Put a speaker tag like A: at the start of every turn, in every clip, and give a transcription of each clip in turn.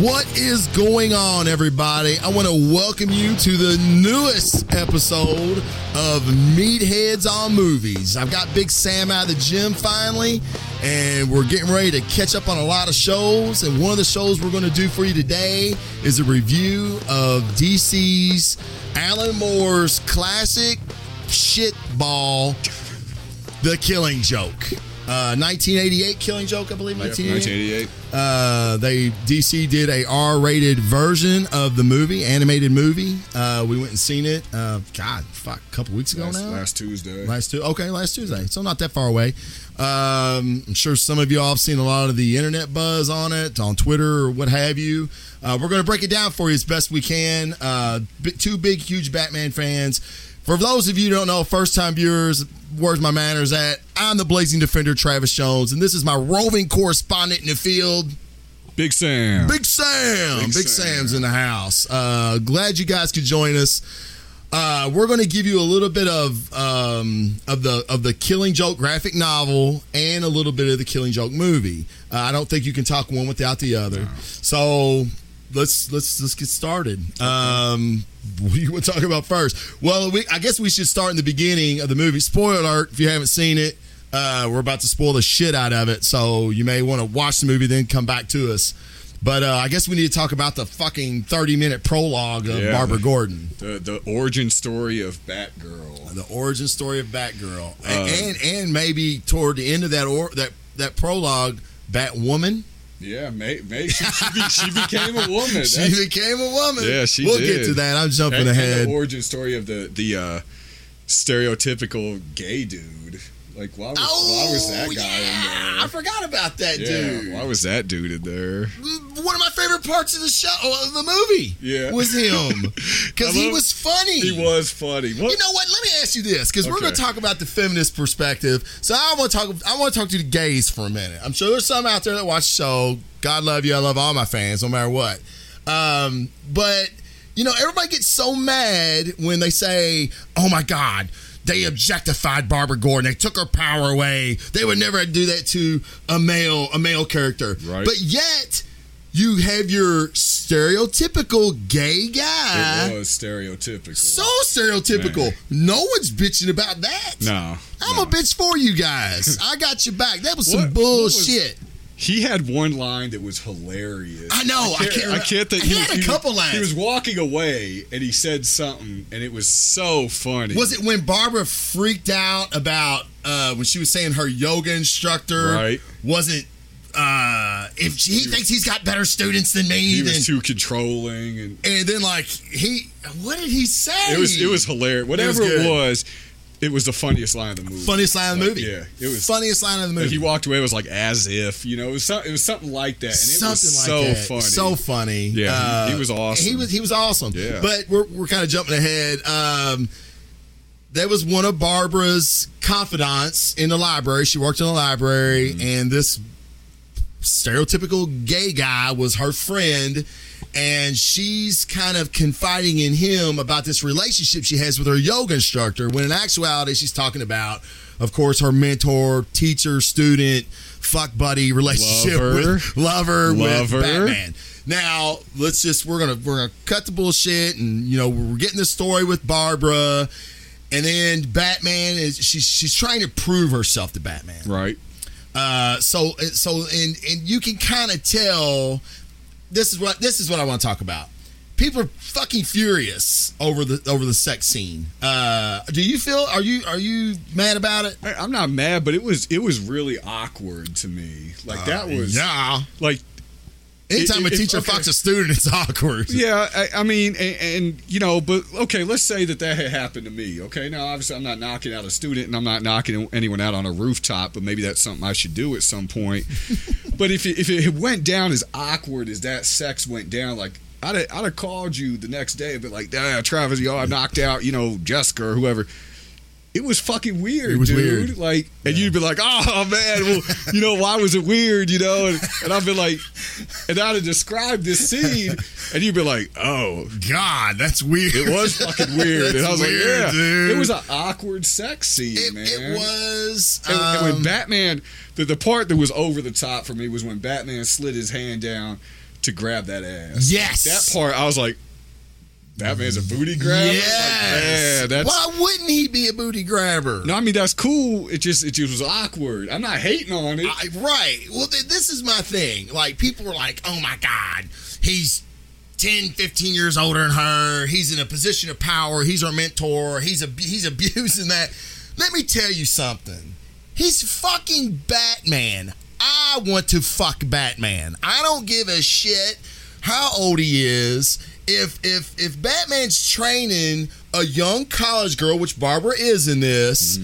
A: What is going on, everybody? I want to welcome you to the newest episode of Meatheads on Movies. I've got Big Sam out of the gym finally, and we're getting ready to catch up on a lot of shows. And one of the shows we're going to do for you today is a review of DC's Alan Moore's classic shitball, The Killing Joke. Uh, 1988 Killing Joke, I believe. 1988.
B: 1988.
A: Uh, they DC did a R-rated version of the movie, animated movie. Uh, we went and seen it. Uh, God, fuck, a couple weeks ago
B: Last,
A: now.
B: last Tuesday.
A: Last two, okay, last Tuesday, so not that far away. Um, I'm sure some of y'all have seen a lot of the internet buzz on it, on Twitter or what have you. Uh, we're going to break it down for you as best we can. Uh, bi- two big, huge Batman fans. For those of you who don't know, first time viewers, where's my manners at? I'm the blazing defender, Travis Jones, and this is my roving correspondent in the field,
B: Big Sam.
A: Big Sam. Big,
B: Big Sam.
A: Sam's in the house. Uh, glad you guys could join us. Uh, we're going to give you a little bit of um, of the of the Killing Joke graphic novel and a little bit of the Killing Joke movie. Uh, I don't think you can talk one without the other. So let's let's let's get started. Um, what do you want to talk about first? Well, we, I guess we should start in the beginning of the movie. Spoiler alert: if you haven't seen it, uh, we're about to spoil the shit out of it. So you may want to watch the movie then come back to us. But uh, I guess we need to talk about the fucking thirty minute prologue of
B: Yeah.
A: Barbara Gordon.
B: The, the origin story of Batgirl.
A: the origin story of Batgirl, A-
B: Uh,
A: and, and maybe toward the end of that or that that prologue, Batwoman.
B: Yeah, May, May she, she, be, she became a woman.
A: She
B: That's-
A: became a woman.
B: Yeah, she
A: We'll get
B: did.
A: to that. I'm jumping
B: and- and
A: ahead.
B: The origin story of the the uh, stereotypical gay dude. Like why was, why was that guy
A: Oh, yeah, I
B: in
A: forgot about that
B: there? Yeah,
A: dude.
B: why was that dude in there?
A: M- One of my favorite parts of the show, of the movie,
B: Yeah.
A: was him because
B: I
A: he
B: love-
A: was funny.
B: He was funny. What?
A: You know what? Let me ask you this, because we're
B: Okay.
A: going to talk about the feminist perspective. So I want to talk. I want to talk to the gays for a minute. I'm sure there's some out there that watch the show. God love you. I love all my fans, no matter what. Um, but you know, everybody gets so mad when they say, "Oh my God." They objectified Barbara Gordon. They took her power away. They would never do that to a male, a male character.
B: Right.
A: But yet, you have your stereotypical gay guy
B: it was stereotypical.
A: so stereotypical. No one's bitching about that.
B: no.
A: I'm
B: no.
A: a bitch for you guys. I got your back. That was
B: What-
A: some
B: what was-
A: bullshit.
B: He had one line that was hilarious.
A: Oh, I know. I can't.
B: I can't think.
A: He, had a couple
B: was,
A: lines.
B: He was walking away and he said something, and it was so funny.
A: was it when Barbara freaked out about uh, when she was saying her yoga instructor
B: Right.
A: wasn't? Uh, if she, he thinks he's got better students than me,
B: He
A: then,
B: was too controlling, and
A: and then like he, what did he say?
B: it was it was hilarious. Whatever it was,
A: good.
B: it was, the funniest line of the movie.
A: funniest line of the
B: Like,
A: movie.
B: yeah, it was-
A: funniest line of the movie.
B: Like, he walked away. It was like as if you know. It was, some, it was something like that, and it
A: something
B: was so
A: like that.
B: funny.
A: So funny. Uh,
B: Yeah, he- he was awesome.
A: He was he was awesome.
B: Yeah.
A: But we're we're kind of jumping ahead. Um, that was one of Barbara's confidants in the library. She worked in the library,
B: Mm-hmm.
A: and this stereotypical gay guy was her friend. And she's kind of confiding in him about this relationship she has with her yoga instructor, when in actuality, she's talking about, of course, her mentor, teacher, student, fuck buddy relationship
B: Lover.
A: with lover,
B: Lover.
A: with Batman. Now let's just we're gonna we're gonna cut the bullshit, and you know we're getting the story with Barbara, and then Batman is she's she's trying to prove herself to Batman.
B: right.
A: Uh, so so and and you can kind of tell this is what this is what I want to talk about. People are fucking furious over the over the sex scene. Uh, do you feel are you are you mad about it?
B: I, I'm not mad, but it was it was really awkward to me. Like that was
A: Uh, yeah.
B: like
A: Anytime
B: If-
A: a
B: if-
A: teacher
B: okay.
A: fucks a student, it's awkward.
B: Yeah, I, I mean, and, and you know, but okay, let's say that that had happened to me. Okay, now obviously I'm not knocking out a student, and I'm not knocking anyone out on a rooftop, but maybe that's something I should do at some point. but if it, if it went down as awkward as that sex went down, like. I'd have, I'd have called you the next day, but like, ah, Travis, y'all, I knocked out, you know, Jessica or whoever. It was fucking weird,
A: It was
B: dude.
A: weird.
B: Like, and you'd be like, oh man, well, you know, why was it weird, you know? And, and I'd be like, and I'd have described this scene, and you'd be like, oh,
A: God, that's weird.
B: it was fucking weird. and I was
A: That's
B: like, yeah,
A: weird, dude.
B: it was an awkward sex scene,
A: It,
B: man.
A: it was.
B: And, and
A: um,
B: when Batman, the, the part that was over the top for me was when Batman slid his hand down to grab that ass.
A: Yes.
B: That part, I was like, that man's a booty grabber. Like,
A: Yes.
B: yeah, that's.
A: Why wouldn't he be a booty grabber?
B: No, I mean that's cool. It just it just was awkward. I'm not hating on it.
A: I, right. Well, th- this is my thing. Like, people are like, oh my God, he's 10, 15 years older than her. He's in a position of power. He's our mentor. He's, ab- he's abusing that. Let me tell you something. He's fucking Batman. I want to fuck Batman. I don't give a shit how old he is. If if if Batman's training a young college girl, which Barbara is in this,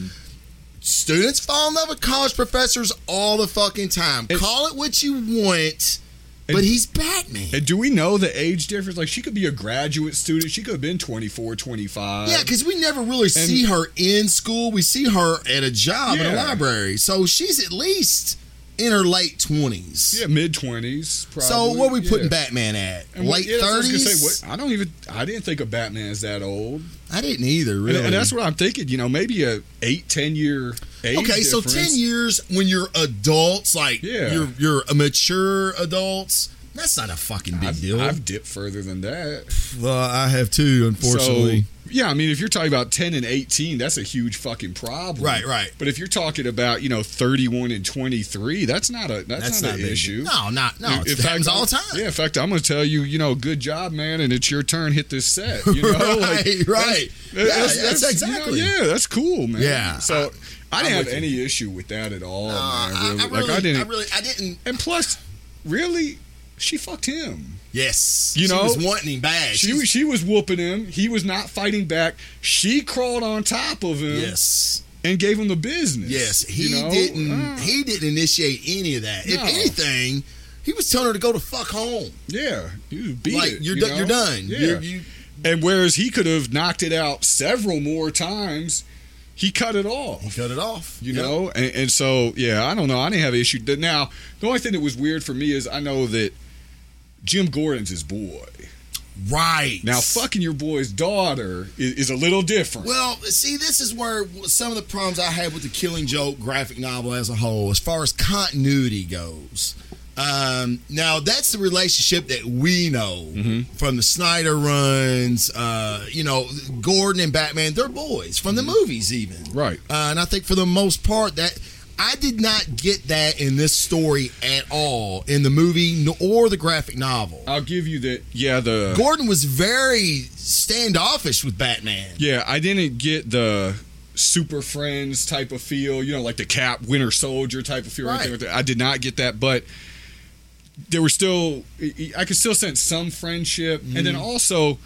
A: students fall in love with college professors all the fucking time.
B: It-
A: Call it what you want,
B: It-
A: but he's Batman.
B: and do we know the age difference? Like she could be a graduate student. She could have been 24, 25.
A: Yeah, because we never really see her in school. We see her at a job in a
B: Yeah.
A: library. So she's at least in her late 20s.
B: yeah, mid 20s probably.
A: so what are we putting
B: Yeah.
A: Batman at?
B: And what-
A: late
B: yeah, that's what I was
A: 30s?
B: gonna say, what- I don't even. I didn't think of Batman as that old.
A: I didn't either,
B: And-
A: really.
B: And, that's what I'm thinking. You know, maybe a eight, ten year age.
A: okay, so
B: difference.
A: 10 years when you're adults, like
B: Yeah.
A: you're you're a mature adults, that's not a fucking big
B: I've,
A: deal.
B: I've dipped further than that.
A: well, I have too,
B: So, yeah, I mean, if you're talking about 10 and 18, that's a huge fucking problem.
A: Right, right.
B: But if you're talking about, you know, 31 and 23, that's not a that's,
A: that's
B: not,
A: not a
B: an
A: big
B: issue.
A: No, not no.
B: In
A: It
B: fact,
A: happens all the time.
B: I'm- Yeah, in fact, I'm going to tell you, you know, good job, man, and it's your turn. Hit this set. You know,
A: Right,
B: Like,
A: right. Yeah, that's
B: you know,
A: exactly.
B: yeah, that's cool, man.
A: Yeah,
B: So I,
A: I'm
B: didn't have
A: with
B: any issue with that at all.
A: Uh, I,
B: man,
A: I really,
B: really. like I didn't. e-,
A: I really, I didn't.
B: and plus, really, she fucked him.
A: Yes,
B: You
A: she
B: know,
A: was wanting him bad.
B: She
A: She's-
B: was she was whooping him. He was not fighting back. She crawled on top of him
A: Yes.
B: and gave him the business.
A: Yes. He
B: you know?
A: didn't
B: Ah,
A: he didn't initiate any of that. If
B: No.
A: anything, he was telling her to go to fuck home.
B: yeah, you beat
A: like
B: it.
A: you're
B: you
A: done
B: know?
A: you're done.
B: Yeah.
A: You're- you
B: and whereas he could have knocked it out several more times, he cut it off.
A: he cut it off.
B: You
A: Yep.
B: know, and, and so yeah, I don't know. I didn't have an issue. Now the only thing that was weird for me is I know that Jim Gordon's his boy.
A: Right.
B: Now fucking your boy's daughter is, is a little different.
A: Well, see, this is where some of the problems I had with the Killing Joke graphic novel as a whole, as far as continuity goes. Um, now, that's the relationship that we know
B: Mm-hmm.
A: from the Snyder runs. Uh, you know, Gordon and Batman, they're boys from the
B: Mm-hmm.
A: movies, even.
B: Right.
A: Uh, and I think for the most part, that. I did not get that in this story at all, in the movie n- or the graphic novel.
B: I'll give you that. Yeah, the
A: Gordon was very standoffish with Batman.
B: Yeah, I didn't get the Super Friends type of feel, you know, like the Cap Winter Soldier type of feel. Or anything
A: Right.
B: like that. I did not get that, but there were still, I could still sense some friendship. And
A: Mm-hmm.
B: then also,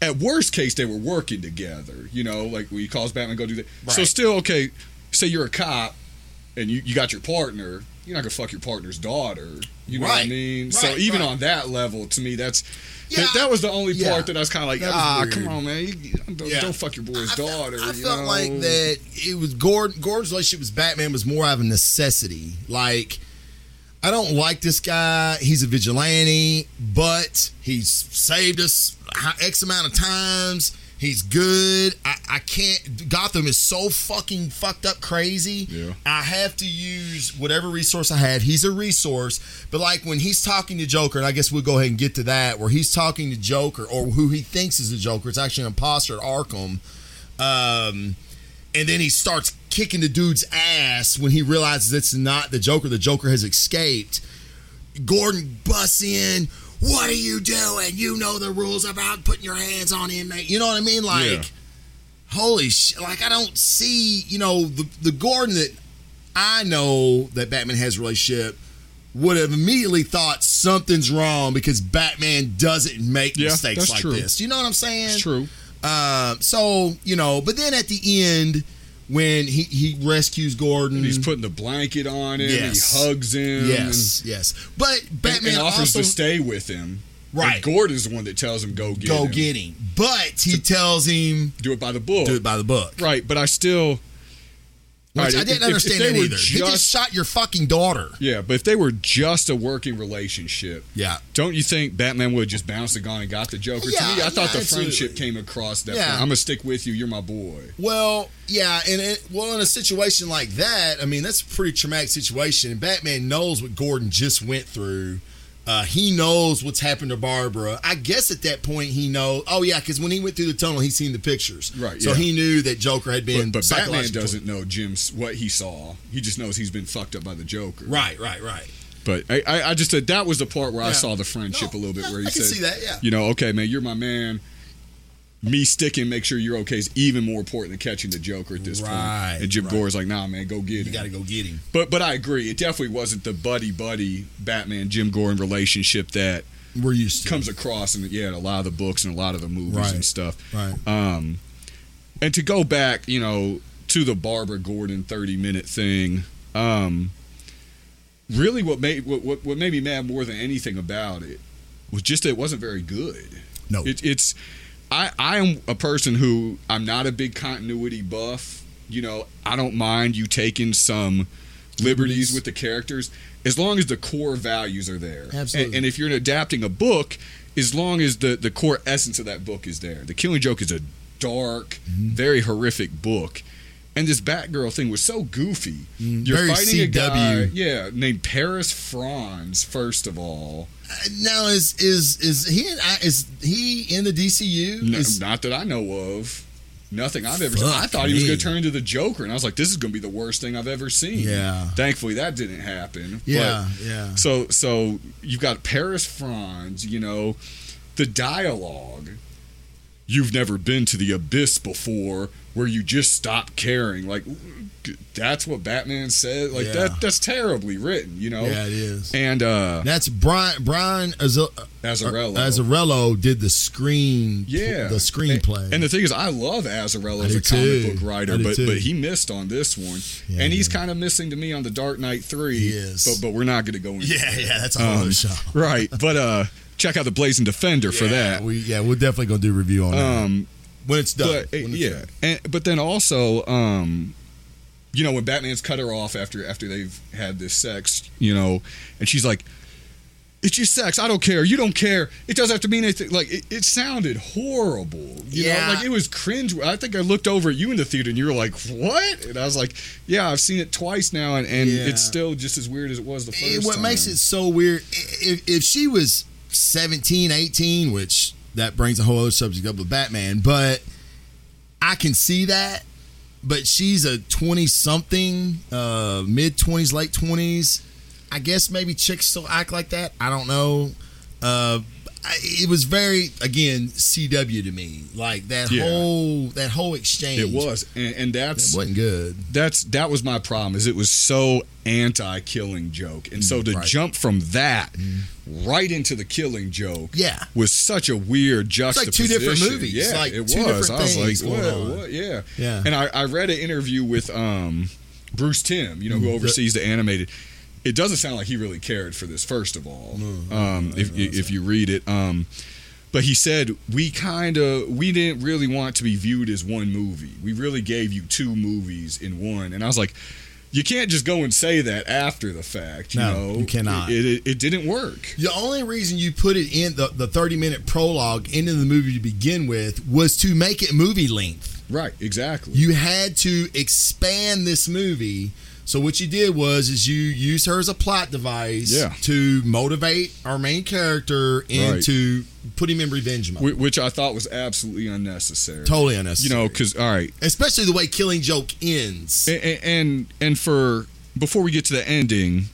B: at worst case, they were working together, you know, like when he calls Batman, go do that. So
A: Right.
B: still, okay, say you're a cop and you, you got your partner, you're not going to fuck your partner's daughter. You know what I
A: Right.
B: mean? so
A: Right,
B: even
A: right.
B: on that level, to me, that's
A: Yeah,
B: that, that was the only
A: yeah.
B: part that I was kind of like,
A: That was
B: ah,
A: weird.
B: come on, man, You- you- don't,
A: Yeah.
B: don't fuck your boy's
A: I felt-
B: daughter.
A: I
B: you
A: felt
B: know?
A: like that it was Gordon. Gordon's relationship with Batman was more out of necessity. Like, I don't like this guy. He's a vigilante, but he's saved us h- x amount of times. He's good. I, I can't. Gotham is so fucking fucked up crazy.
B: Yeah.
A: I have to use whatever resource I have. He's a resource, but like when he's talking to Joker, and I guess we'll go ahead and get to that, where he's talking to Joker or who he thinks is a Joker. It's actually an imposter at Arkham. Um, and then he starts kicking the dude's ass when he realizes it's not the Joker. The Joker has escaped. Gordon busts in. What are you doing? You know the rules about putting your hands on inmate. You know what I mean? Like,
B: Yeah.
A: holy shit! Like, I don't see you know the the Gordon that I know that Batman has a relationship would have immediately thought something's wrong because Batman doesn't make
B: Yeah,
A: mistakes
B: that's
A: like
B: true.
A: this. You know what I'm saying?
B: It's true.
A: Uh, so you know, but then at the end when he he rescues Gordon,
B: He's putting the blanket on him.
A: Yes.
B: And he hugs him.
A: yes, yes. But
B: And, and,
A: Batman
B: offers
A: also
B: to stay with him.
A: Right.
B: And Gordon's the one that tells him go get
A: go
B: him.
A: get him, but he tells him
B: do it by the book.
A: do it by the book,
B: right, but I still.
A: which
B: Right,
A: I
B: if-
A: didn't
B: if-
A: understand
B: if they
A: that
B: were
A: either. he just
B: just-
A: shot your fucking daughter.
B: Yeah, but if they were just a working relationship,
A: Yeah.
B: don't you think Batman would have just bounced the gun and got the Joker?
A: Yeah,
B: to me, I thought
A: yeah,
B: the
A: absolutely.
B: friendship came across that.
A: Yeah.
B: I'm gonna stick with you. You're my boy.
A: Well, yeah, and it, well, in a situation like that, I mean, that's a pretty traumatic situation. And Batman knows what Gordon just went through, Uh, he knows what's happened to Barbara. I guess at that point he knows. Oh yeah, because when he went through the tunnel, he seen the pictures.
B: Right,
A: So
B: yeah.
A: he knew that Joker had been.
B: But, but Batman
A: psychologically-
B: doesn't know Jim's what he saw. He just knows he's been fucked up by the Joker.
A: Right. Right. Right.
B: But I, I, I just said that was the part where I
A: Yeah.
B: saw the friendship
A: No,
B: a little bit.
A: yeah,
B: Where he
A: I can
B: said,
A: see that, yeah.
B: you know, okay, man, you're my man. Me sticking, make sure you're okay is even more important than catching the Joker at this
A: Right,
B: point. And Jim
A: right.
B: Gore's like, nah, man, go get
A: You
B: him.
A: got to go get him.
B: But but I agree, it definitely wasn't the buddy buddy Batman Jim Gordon relationship that
A: We're used
B: comes across in yeah in a lot of the books and a lot of the movies
A: Right.
B: and stuff.
A: Right.
B: Um, and to go back, you know, to the Barbara Gordon thirty minute thing. Um, really, what made what, what what made me mad more than anything about it was just that it wasn't very good.
A: No.
B: It, it's I I am a person who I'm not a big continuity buff. You know, I don't mind you taking some liberties with the characters as long as the core values are there.
A: Absolutely.
B: And, and if you're adapting a book, as long as the the core essence of that book is there. The Killing Joke is a dark,
A: Mm-hmm.
B: very horrific book. And this Batgirl thing was so goofy.
A: Mm-hmm.
B: You're
A: very
B: fighting a
A: CW.
B: guy, yeah, named Paris Franz. First of all,
A: Uh, now is is is he in, uh, is he in the DCU?
B: No,
A: Is-
B: not that I know of. Nothing I've ever.
A: Fuck
B: I thought he was
A: me.
B: going to turn into the Joker, and I was like, "This is going to be the worst thing I've ever seen."
A: Yeah.
B: Thankfully, that didn't happen.
A: yeah, yeah.
B: But, so, so you've got Paris Franz. You know, the dialogue. You've never been to the abyss before, where you just stop caring. Like, that's what Batman said. Like
A: Yeah.
B: that. That's terribly written. You know.
A: Yeah, it is.
B: And uh,
A: That's Brian Brian Azarello.
B: Azarello.
A: Azarello did the screen.
B: Yeah,
A: the screenplay.
B: And, and the thing is, I love Azarello
A: I
B: as
A: do
B: a comic
A: too.
B: book writer,
A: I do
B: but
A: too.
B: but he missed on this one,
A: Yeah,
B: and
A: he
B: he's
A: did.
B: kind of missing to me on the Dark Knight Three.
A: He is.
B: but but we're not going to go into
A: yeah, Oh, yeah. That's a whole
B: Um,
A: other show.
B: right. But uh, check out the Blazing Defender for
A: Yeah,
B: that.
A: we yeah we're definitely gonna do review on that
B: um,
A: when it's done.
B: but
A: When it's
B: yeah,
A: done.
B: and, but then also, um, you know, when Batman's cut her off after after they've had this sex, you know, and she's like, "It's just sex. I don't care. You don't care. It doesn't have to mean anything." Like it, it sounded horrible. You
A: Yeah.
B: know, like it was cringe. I think I looked over at you in the theater, and you were like, "What?" And I was like, "Yeah, I've seen it twice now, and, and
A: Yeah.
B: it's still just as weird as it was the first."
A: It- what
B: time.
A: makes it so weird i- if, if she was 17 18 which that brings a whole other subject up with batman but i can see that but she's a 20 something uh mid 20s late 20s i guess maybe chicks still act like that i don't know uh I- it was very again cw to me like that
B: Yeah.
A: whole that whole exchange
B: It was, and, and
A: that
B: that's
A: wasn't good
B: that's that was my problem is it was so anti-killing joke and so to
A: Mm, right. Mm-hmm.
B: jump from that right into the killing joke
A: Yeah.
B: was such a weird
A: like two
B: juxtaposition
A: different movies,
B: yeah
A: like
B: it
A: two
B: was
A: different
B: i was
A: things
B: like
A: going
B: what,
A: on.
B: what? yeah
A: Yeah.
B: and I, I read an interview with um bruce tim you know
A: Mm-hmm.
B: who oversees the animated it doesn't sound like he really cared for this first of all um, if, if you read it um, but he said we kind of we didn't really want to be viewed as one movie we really gave you two movies in one and i was like you can't just go and say that after the fact you
A: No,
B: know
A: you cannot.
B: it, it, it didn't work
A: The only reason you put it in the, the 30 minute prologue into the movie to begin with was to make it movie length.
B: right exactly
A: You had to expand this movie. So what you did was is you used her as a plot device
B: Yeah.
A: to motivate our main character into put him in revenge mode.
B: Wh- which i thought was absolutely unnecessary
A: totally
B: you
A: unnecessary.
B: know because all right
A: especially the way Killing Joke ends.
B: A- a- and and for before we get to the ending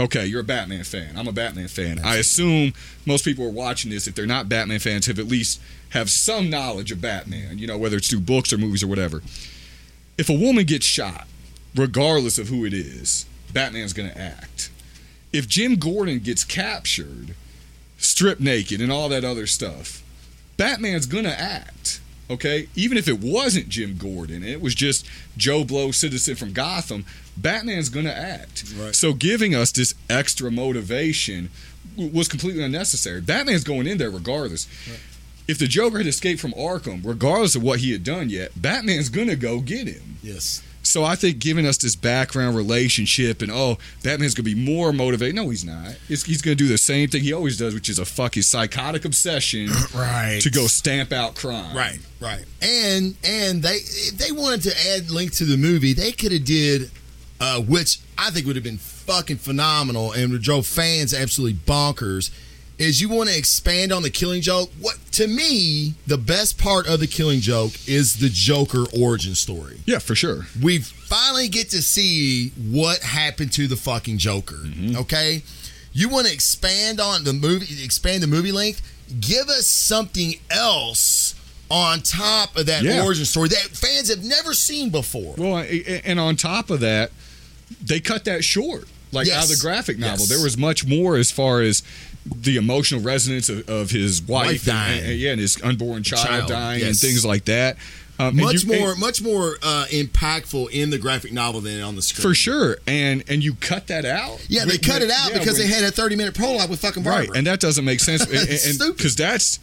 B: okay you're a batman fan i'm a batman fan i assume most people who are watching this if they're not batman fans have at least have some knowledge of batman you know whether it's through books or movies or whatever if a woman gets shot regardless of who it is batman's going to act if jim gordon gets captured stripped naked and all that other stuff batman's going to act okay even if it wasn't jim gordon it was just Joe Blow citizen from Gotham, Batman's going to act.
A: Right.
B: So giving us this extra motivation w- was completely unnecessary. Batman's going in there regardless. If the Joker had escaped from Arkham, regardless of what he had done yet, Batman's going to go get him.
A: yes.
B: So I think giving us this background relationship and oh, Batman's going to be more motivated. No, he's not. It's, he's going to do the same thing he always does, which is a fuck his psychotic obsession
A: Right.
B: to go stamp out crime.
A: Right, right. And and they if they wanted to add Link to the movie, they could have did uh, which I think would have been fucking phenomenal and would drove fans absolutely bonkers. Is you want to expand on the Killing Joke? What to me, the best part of the Killing Joke is the Joker origin story.
B: Yeah, for sure.
A: We finally get to see what happened to the fucking Joker.
B: Mm-hmm.
A: Okay, you want to expand on the movie, expand the movie length. Give us something else on top of that
B: Yeah.
A: origin story that fans have never seen before.
B: Well, I- I- and on top of that, they cut that short. Like
A: Yes.
B: out of the graphic novel,
A: Yes.
B: there was much more as far as the emotional resonance of, of his wife,
A: Wife
B: and-
A: dying.
B: And, yeah, and his unborn child,
A: Child,
B: dying and
A: yes.
B: things like that. Um, and
A: much
B: you- and-
A: more much more uh, impactful in the graphic novel than on the screen.
B: for sure. And and you cut that out.
A: Yeah, they
B: When-
A: cut
B: when-
A: it out
B: yeah,
A: because
B: when-
A: they had a 30 minute prologue with fucking Barbara.
B: right, and that doesn't make sense.
A: It's stupid.
B: Because that's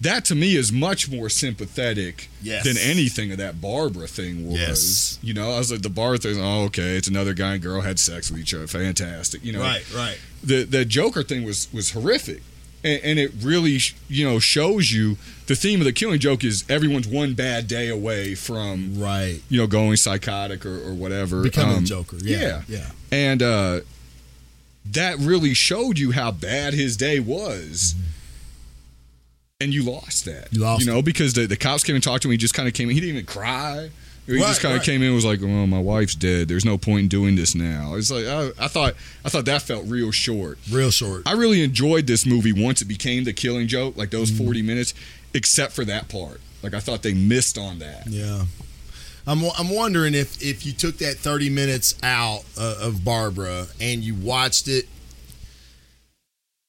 B: that to me is much more sympathetic
A: Yes.
B: than anything of that Barbara thing was.
A: Yes.
B: You know, I was like the Barbara thing. Oh, okay, it's another guy and girl had sex with each other. Fantastic. You know,
A: right, right.
B: the the Joker thing was was horrific, and, and it really sh- you know shows you the theme of the Killing Joke is everyone's one bad day away from
A: Right.
B: you know going psychotic or, or whatever,
A: Becoming
B: Um,
A: Joker. Yeah. Yeah.
B: and uh, that really showed you how bad his day was. And you lost that.
A: Mm-hmm. You lost
B: You know, because the, the cops came and talked to him. He just kind of came in. He didn't even cry. He
A: Right,
B: just kind of
A: right.
B: came in and was like, well, my wife's dead. There's no point in doing this now. It's like, I, I thought I thought that felt real short.
A: Real short.
B: I really enjoyed this movie once it became the killing joke, like those
A: Mm-hmm.
B: 40 minutes, except for that part. Like, I thought they missed on that.
A: Yeah. I'm, I'm wondering if, if you took that 30 minutes out uh, of Barbara and you watched it.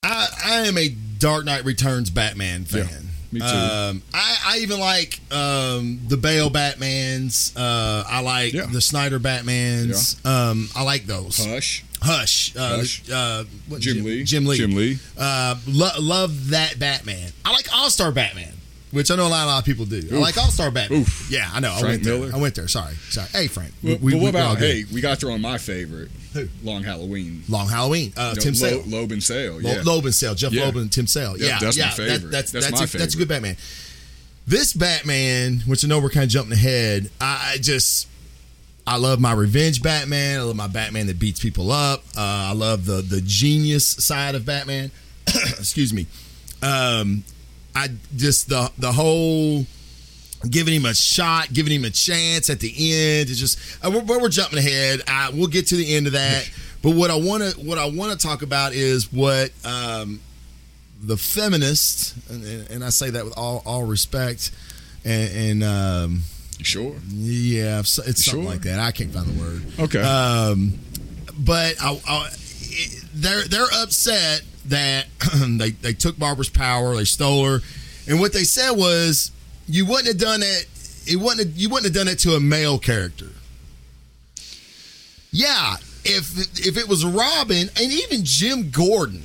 A: I, I am a Dark Knight Returns Batman fan.
B: me too.
A: Um, I, I even like um, the Bale Batmans. Uh, I like
B: Yeah.
A: the Snyder Batmans. Um, I like those.
B: Hush.
A: Hush. Uh,
B: Hush.
A: Uh, what,
B: Jim Lee.
A: Jim Lee.
B: Jim Lee.
A: Uh, lo- love that Batman. I like All Star Batman, which I know a lot, a lot of people do. I like All Star Batman.
B: Oof.
A: Yeah, I know. I
B: Frank
A: went there.
B: Miller.
A: I went there. Sorry. Sorry. Hey, Frank.
B: But, but what
A: we're all
B: about,
A: good.
B: hey, we got to throw in my favorite
A: Who?
B: Long Halloween.
A: Long Halloween? Uh,
B: No,
A: Tim
B: Lo-
A: Sale.
B: Loeb and Sale.
A: Lo-
B: Yeah.
A: Loeb and Sale. Jeff
B: Yeah.
A: Loeb and Tim Sale.
B: Yeah,
A: Yeah,
B: that's my
A: yeah,
B: favorite.
A: that's
B: That's
A: that's,
B: my
A: a, that's a
B: favorite.
A: good Batman. This Batman, which I know we're kind of jumping ahead, I, I just I love my revenge Batman. I love my Batman that beats people up. Uh, I love the the genius side of Batman. Excuse me. Um, I just the the whole giving him a shot, giving him a chance at the end. It's just uh, we're, but we're jumping ahead. I, we'll get to the end of that. But what I want to what I want to talk about is what um, the feminists, and- and, and I say that with all all respect, and, and um,
B: Sure.
A: yeah, it's it's something
B: Sure.
A: like that. I can't find the word.
B: Okay.
A: Um, but I, I, it- they're they're upset that they they took Barbara's power, they stole her, and what they said was, you wouldn't have done it. It wouldn't have, you wouldn't have done it to a male character. Yeah, if if it was Robin and even Jim Gordon,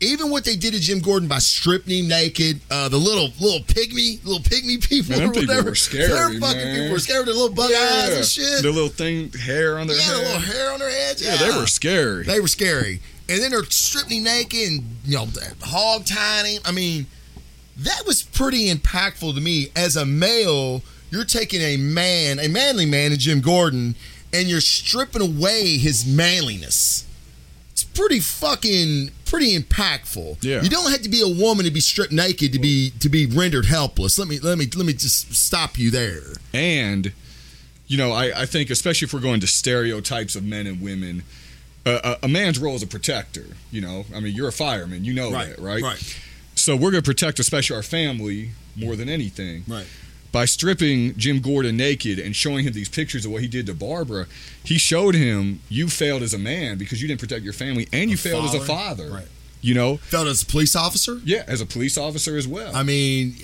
A: even what they did to Jim Gordon by stripping him naked, uh, the little little pygmy little pygmy people,
B: Man, them
A: or
B: people
A: whatever,
B: were scary,
A: They're fucking
B: man.
A: people were scared. The little bug eyes and shit.
B: The little thing, hair on their
A: yeah,
B: head.
A: the little hair on their heads.
B: Yeah,
A: Yeah,
B: they were scary.
A: They were scary. And then they're stripping him naked and you know hog tying him. I mean, that was pretty impactful to me as a male. You're taking a man, a manly man, in Jim Gordon, and you're stripping away his manliness. It's pretty fucking pretty impactful.
B: Yeah.
A: You don't have to be a woman to be stripped naked to be to be rendered helpless. Let me let me let me just stop you there.
B: And, you know, I, I think, especially if we're going to stereotypes of men and women, uh, a, a man's role is a protector. You know, I mean, you're a fireman. You know that, right?
A: Right.
B: So we're going to protect, especially our family, more than anything.
A: Right.
B: By stripping Jim Gordon naked and showing him these pictures of what he did to Barbara, he showed him you failed as a man because you didn't protect your family and you
A: A
B: failed as a
A: father.
B: father.
A: Right.
B: You know,
A: Felt as a police officer.
B: yeah, as a police officer as well.
A: I mean,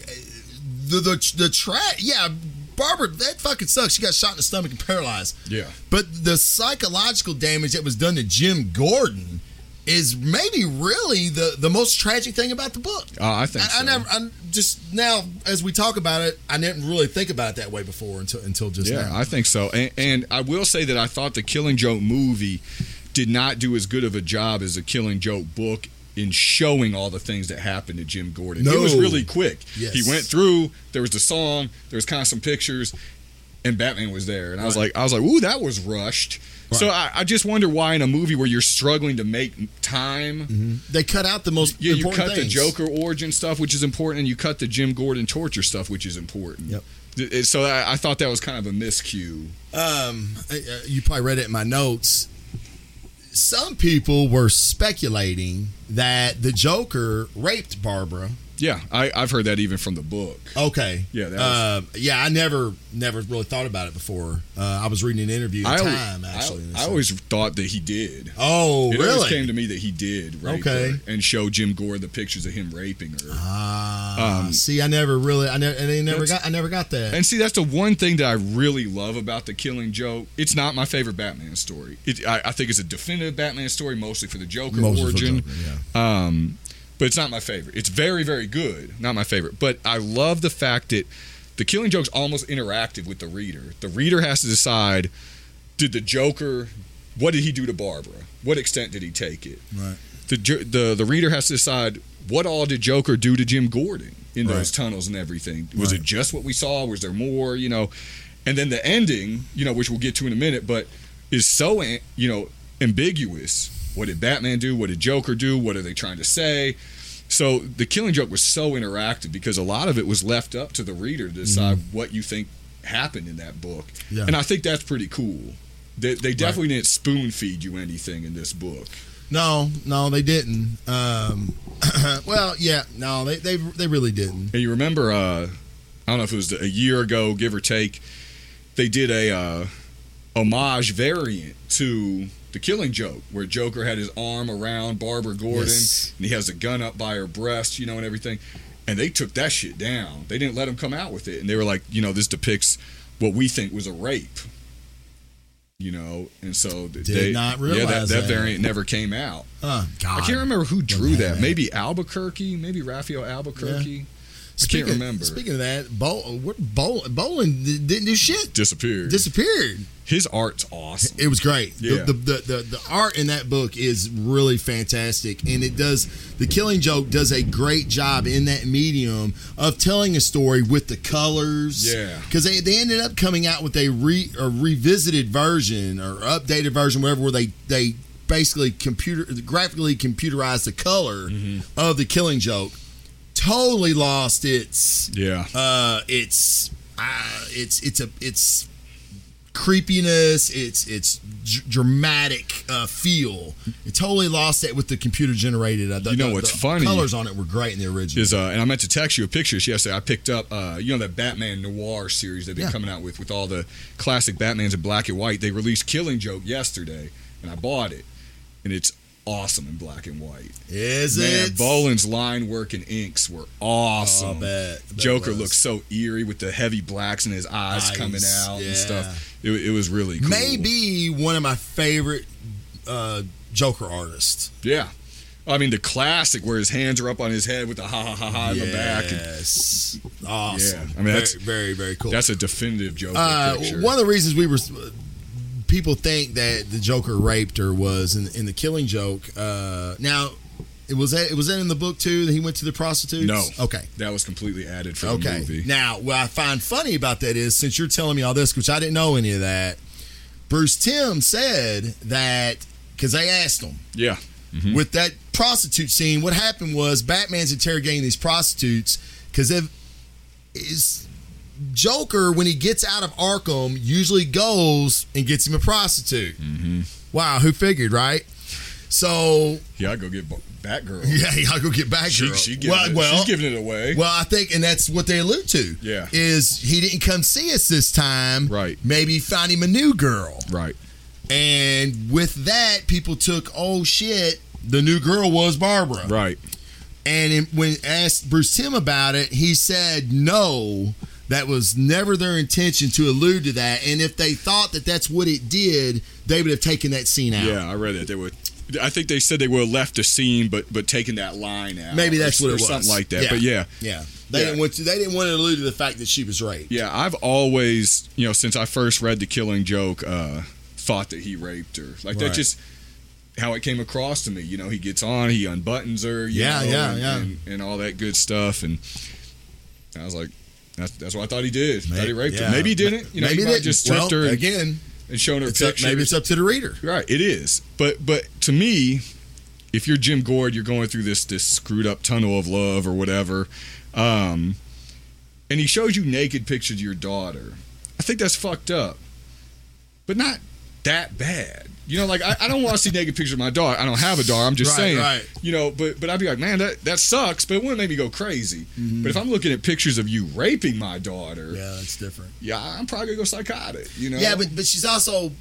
A: the the the trash. Yeah, Barbara, that fucking sucks. She got shot in the stomach and paralyzed.
B: Yeah.
A: But the psychological damage that was done to Jim Gordon is maybe really the the most tragic thing about the book.
B: Uh, I think
A: I, I
B: so.
A: never. I just now as we talk about it, I didn't really think about it that way before until until just
B: Yeah,
A: now.
B: I think so. And, and I will say that I thought the Killing Joke movie did not do as good of a job as the Killing Joke book in showing all the things that happened to Jim Gordon. It was
A: No.
B: really quick.
A: Yes.
B: He went through, there was the song, there was kind of some pictures. and Batman was there, and I was like, I was like, ooh, that was rushed. So I, I just wonder why in a movie where you're struggling to make time,
A: They cut out the most
B: yeah, you
A: Mm-hmm. important
B: cut the
A: things.
B: Joker origin stuff, which is important, and you cut the Jim Gordon torture stuff, which is important.
A: Yep.
B: Th- it- So I, I thought that was kind of a miscue.
A: um, uh, uh, you probably read it in my notes. Some people were speculating that the Joker raped Barbara.
B: Yeah, I, I've heard that even from the book.
A: Okay.
B: Yeah, that was-
A: Uh, yeah. I never, never really thought about it before. Uh, I was reading an interview at
B: I,
A: the
B: al-
A: time. Actually,
B: I, I always thought that he did.
A: Oh,
B: It always
A: really?
B: came to me that he did rape
A: Okay.
B: her and show Jim Gore the pictures of him raping her.
A: Ah,
B: Um,
A: see, I never really, I never, and they never
B: That's-
A: got, I never got that.
B: And see, that's the one thing that I really love about the Killing Joke. It's not my favorite Batman story. It, I, I think it's a definitive Batman story, mostly for the Joker
A: Mostly for
B: origin.
A: Joker, yeah.
B: Um, but it's not my favorite. It's very, very good. Not my favorite. But I love the fact that the Killing Joke's almost interactive with the reader. The reader has to decide: Did the Joker? What did he do to Barbara? What extent did he take it?
A: Right.
B: The Jo- the the reader has to decide what all did Joker do to Jim Gordon in
A: Right.
B: those tunnels and everything. Was
A: Right.
B: it just what we saw? Was there more? You know, and then the ending, you know, which we'll get to in a minute, but is so eh, you know ambiguous. What did Batman do? What did Joker do? What are they trying to say? So the Killing Joke was so interactive because a lot of it was left up to the reader to decide what you think happened in that book,
A: Yeah.
B: and I think that's pretty cool. They, they definitely didn't spoon feed you anything in this book.
A: No, no, they didn't. Um, well, yeah, no, they, they, they really didn't.
B: And you remember, uh, I don't know if it was a year ago, give or take, they did a uh, homage variant to the Killing Joke, where Joker had his arm around Barbara Gordon
A: Yes.
B: and he has a gun up by her breast, you know, and everything. And they took that shit down. They didn't let him come out with it, and they were like, you know, this depicts what we think was a rape. You know, and so
A: Did
B: th- they
A: not
B: yeah, that,
A: realize
B: that
A: that.
B: variant never came out.
A: Oh God,
B: I can't remember who drew
A: have
B: that.
A: that.
B: Maybe Albuquerque, maybe Raphael Albuquerque.
A: Speaking-
B: remember.
A: Speaking of that, Bowl, what Bowl, Bowling di- didn't do shit.
B: disappeared.
A: Disappeared.
B: His art's awesome.
A: It was great. The-
B: Yeah.
A: The, the, the, the art in that book is really fantastic, and it does. The Killing Joke does a great job in that medium of telling a story with the colors.
B: Yeah.
A: because they, they ended up coming out with a re a revisited version or updated version, whatever, where they they basically computer graphically computerized the color
B: Mm-hmm.
A: of the Killing Joke. Totally lost its
B: Yeah.
A: uh, it's uh, it's it's a it's creepiness. It's it's dr- dramatic uh, feel. It totally lost it with the computer generated. Uh, the,
B: You know
A: the-
B: what's
A: the
B: funny?
A: Colors on it were great in the original.
B: Is uh, and I meant to text you a picture yesterday. I picked up uh, you know that Batman Noir series they've been
A: Yeah.
B: coming out with with all the classic Batmans in black and white. They released Killing Joke yesterday, and I bought it, and it's awesome in black and white.
A: Is
B: Man,
A: it?
B: Boland's line work and inks were
A: Oh, I
B: awesome.
A: bet. I bet it
B: Joker
A: was.
B: looks so eerie with the heavy blacks and his eyes
A: Eyes,
B: coming out
A: yeah.
B: and stuff. It, it was really cool.
A: maybe one of my favorite uh, Joker artists.
B: yeah. I mean the classic where his hands are up on his head with the ha ha ha ha in the back. and-
A: Yes. Awesome.
B: Yeah. I mean,
A: very,
B: that's-
A: very very cool.
B: That's a definitive Joker
A: Uh,
B: picture.
A: one of the reasons we were people think that the Joker raped her was in, in the Killing Joke. Uh, now, it was that it was that in the book too that he went to the prostitutes.
B: No.
A: okay.
B: that was completely added for the
A: Okay.
B: movie.
A: Now, what I find funny about that is since you're telling me all this, which I didn't know any of that, Bruce Tim said that because they asked him
B: Yeah,
A: with that prostitute scene, what happened was Batman's interrogating these prostitutes because if is Joker when he gets out of Arkham usually goes and gets him a prostitute. Wow, who figured, right? So
B: yeah. I go get Bo- Batgirl.
A: yeah, I'll go get back.
B: She,
A: girl.
B: she giving
A: well,
B: it,
A: well,
B: she's giving it away.
A: well, I think, and that's what they allude to.
B: Yeah.
A: is he didn't come see us this time?
B: Right.
A: Maybe find him a new girl.
B: right.
A: And with that, people took, oh shit, the new girl was Barbara.
B: Right.
A: And in, when asked Bruce Tim about it, he said no. That was never their intention to allude to that. And if they thought that that's what it did, they would have taken that scene out.
B: Yeah, I read it. They were. I think they said they would have left the scene, but but taking that line out.
A: Maybe
B: or
A: that's
B: s-
A: what it
B: or
A: was.
B: Something like that. But yeah,
A: yeah, they
B: Yeah.
A: didn't want to. They didn't want to allude to the fact that she was raped.
B: yeah. I've always, you know, since I first read the Killing Joke, uh, thought that he raped her. Like
A: Right.
B: that just. How it came across to me, you know, he gets on, he unbuttons her, you
A: Yeah,
B: know,
A: yeah,
B: and,
A: yeah.
B: And, and all that good stuff, and I was like, That's, that's what I thought he did. thought he
A: Maybe-
B: raped
A: yeah.
B: her. Maybe he didn't. You know,
A: maybe
B: he
A: they
B: might have just stripped
A: well,
B: her and,
A: again.
B: and shown her
A: It's up,
B: pictures.
A: maybe it's up to the reader.
B: Right, it is. But but to me, if you're Jim Gord, you're going through this this screwed up tunnel of love or whatever, um, and he shows you naked pictures of your daughter. I think that's fucked up, but not that bad. You know, like I, I don't want to see naked pictures of my daughter. I don't have a daughter. I'm just
A: Right,
B: saying.
A: right.
B: You know, but but I'd be like, man, that that sucks. But it wouldn't make me go crazy. But if I'm looking at pictures of you raping my daughter, yeah,
A: Mm-hmm. Yeah, that's different.
B: I'm probably gonna go psychotic. You know.
A: Yeah, but but she's also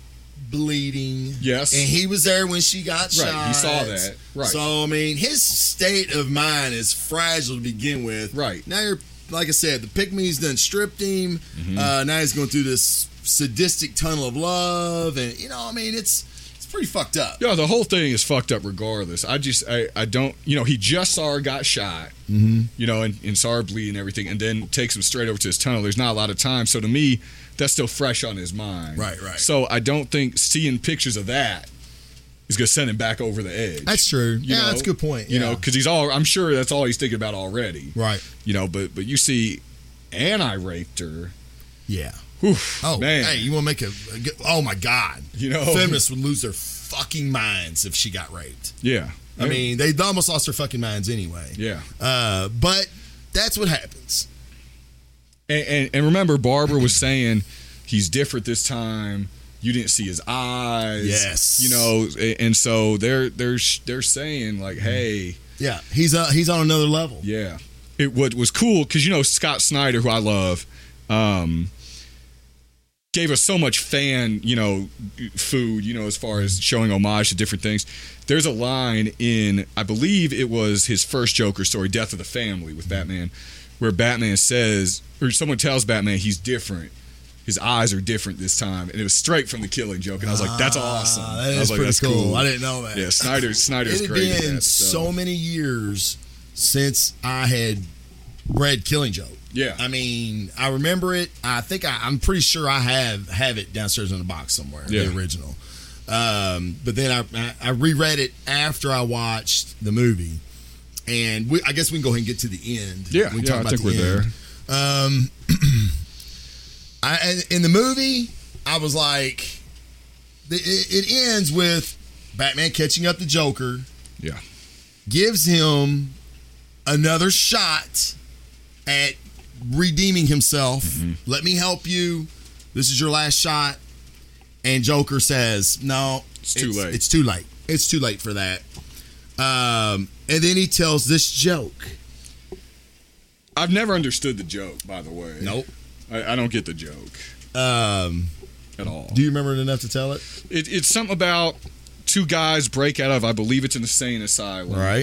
A: bleeding.
B: Yes.
A: and he was there when she got shot.
B: Right, he saw that. Right.
A: So I mean, his state of mind is fragile to begin with.
B: Right.
A: now you're like I said, the pygmies done stripped him.
B: Mm-hmm.
A: Uh, now he's going through this sadistic tunnel of love, and you know, I mean, it's it's pretty fucked up.
B: Yeah, the whole thing is fucked up regardless. I just, I, I don't, you know, he just saw her got shot,
A: Mm-hmm.
B: you know, and, and saw her bleed and everything, and then takes him straight over to his tunnel. There's not a lot of time. So to me, that's still fresh on his mind.
A: Right, right.
B: So I don't think seeing pictures of that is going to send him back over the edge.
A: true.
B: you know? You know, because he's all, I'm sure that's all he's thinking about already.
A: right.
B: You know, but, but you see, and I raped her.
A: Yeah.
B: Whew,
A: Oh
B: man.
A: hey, you want to make a, a good- oh my god,
B: You know?
A: feminists would lose their fucking minds if she got raped.
B: yeah.
A: I mean, they almost lost their fucking minds anyway.
B: yeah.
A: Uh, but that's what happens.
B: And, and, and remember, Barbara was saying he's different this time. You didn't see his eyes.
A: Yes.
B: You know, a- and so they're they're sh- they're saying like, hey,
A: Yeah, he's uh, he's on another level.
B: yeah. It what was cool because you know Scott Snyder, who I love, um, gave us so much fan you know food. You know, as far as showing homage to different things. There's a line in I believe it was his first Joker story, Death of the Family, with Batman, where Batman says or someone tells Batman he's different. His eyes are different this time, and it was straight from the Killing Joke, and I was like, "That's awesome."
A: Ah,
B: I
A: that is
B: was like,
A: pretty
B: "That's
A: cool. I didn't know that.
B: Yeah, Snyder. Snyder's
A: it had
B: great. at
A: been
B: that stuff.
A: so many years since I had read Killing Joke.
B: Yeah.
A: I mean, I remember it. I think I, I'm pretty sure I have have it downstairs in the box somewhere.
B: Yeah.
A: The original. Um, but then I, I I reread it after I watched the movie, and we, I guess we can go ahead and get to the end.
B: Yeah,
A: we
B: yeah, I think we're there.
A: there. Um, I and in the movie, I was like, the- it, it ends with Batman catching up the Joker,
B: yeah.
A: gives him another shot at redeeming himself.
B: Mm-hmm.
A: Let me help you. This is your last shot. And Joker says, "No,
B: It's too late.
A: It's too late. It's too late for that." Um, and then he tells this joke.
B: I've never understood the joke, by the way.
A: Nope.
B: I, I don't get the joke
A: Um,
B: at all.
A: do you remember it enough to tell it?
B: It, it's something about two guys break out of, I believe it's an insane asylum.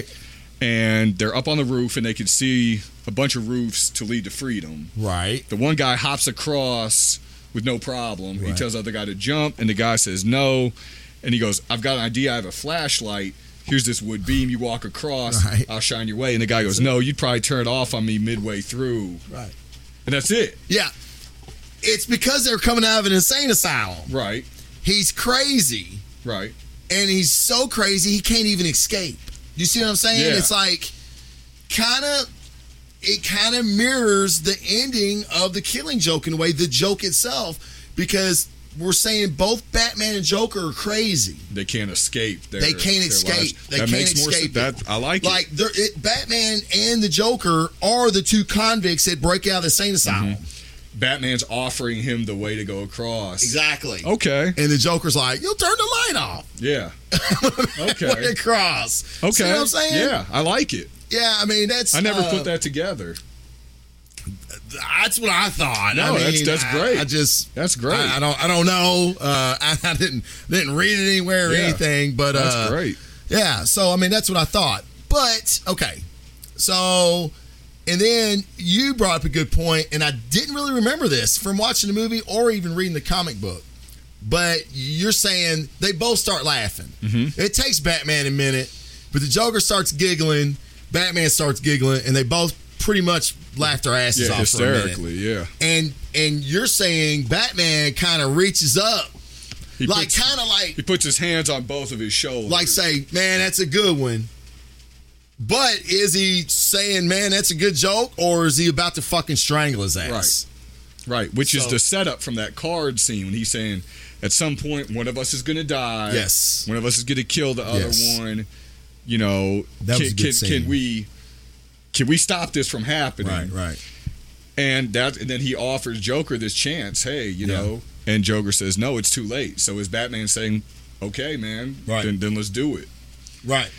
B: And they're up on the roof and they can see a bunch of roofs to lead to freedom.
A: right.
B: The one guy hops across with no problem. He
A: Right.
B: tells the other guy to jump, and the guy says no. And he goes, I've got an idea. I have a flashlight. Here's this wood beam. You walk across,
A: Right.
B: I'll shine your way. And the guy goes, No, you'd probably turn it off on me midway through.
A: Right.
B: And that's it.
A: Yeah. It's because they're coming out of an insane asylum.
B: Right,
A: He's crazy.
B: right.
A: and he's so crazy he can't even escape. You see what I'm saying?
B: Yeah.
A: It's like kind of it kind of mirrors the ending of the Killing Joke in a way, the joke itself, because we're saying both Batman and Joker are crazy.
B: they can't escape. Their,
A: They can't
B: their
A: escape.
B: lives.
A: They
B: that
A: can't
B: makes more
A: escape
B: sense.
A: it.
B: That I like,
A: Like
B: it.
A: they're- it, Batman and the Joker are the two convicts that break out of the same asylum.
B: Mm-hmm. Batman's offering him the way to go across.
A: Exactly.
B: Okay.
A: And the Joker's like, "You'll turn the light off,
B: Yeah.
A: way
B: Okay.
A: across."
B: Okay.
A: See what I'm saying?
B: Yeah, I like it.
A: Yeah, I mean that's.
B: I never
A: uh,
B: put that together.
A: That's what I thought.
B: No,
A: I
B: that's-
A: mean,
B: that's
A: I-
B: great.
A: I, just
B: That's great.
A: I, I don't I don't know. Uh, I, I didn't didn't read it anywhere or
B: Yeah.
A: anything, but
B: That's
A: uh,
B: great.
A: Yeah. So I mean, that's what I thought. But okay. So and then you brought up a good point, and I didn't really remember this from watching the movie or even reading the comic book. But you're saying they both start laughing.
B: Mm-hmm.
A: It takes Batman a minute, but the Joker starts giggling, Batman starts giggling, and they both pretty much laugh their asses
B: Yeah,
A: off for a minute
B: hysterically. Yeah.
A: and and you're saying Batman kind of reaches up,
B: He
A: like
B: puts,
A: kind of like
B: he puts his hands on both of his shoulders.
A: like say, man, that's a good one. But is he saying, "Man, that's a good joke," or is he about to fucking strangle his ass?
B: Right, which is
A: So-
B: the setup from that card scene when he's saying, at some point, one of us is going to die.
A: Yes.
B: One of us is going to kill the other
A: Yes.
B: one. You know,
A: That
B: can,
A: was a good
B: can,
A: scene.
B: can we can we stop this from happening?
A: Right, right.
B: And that, and then he offers Joker this chance. Hey, you
A: Yeah.
B: know, and Joker says, no, it's too late. So is Batman saying, okay, man,
A: Right.
B: then then let's do it.
A: Right.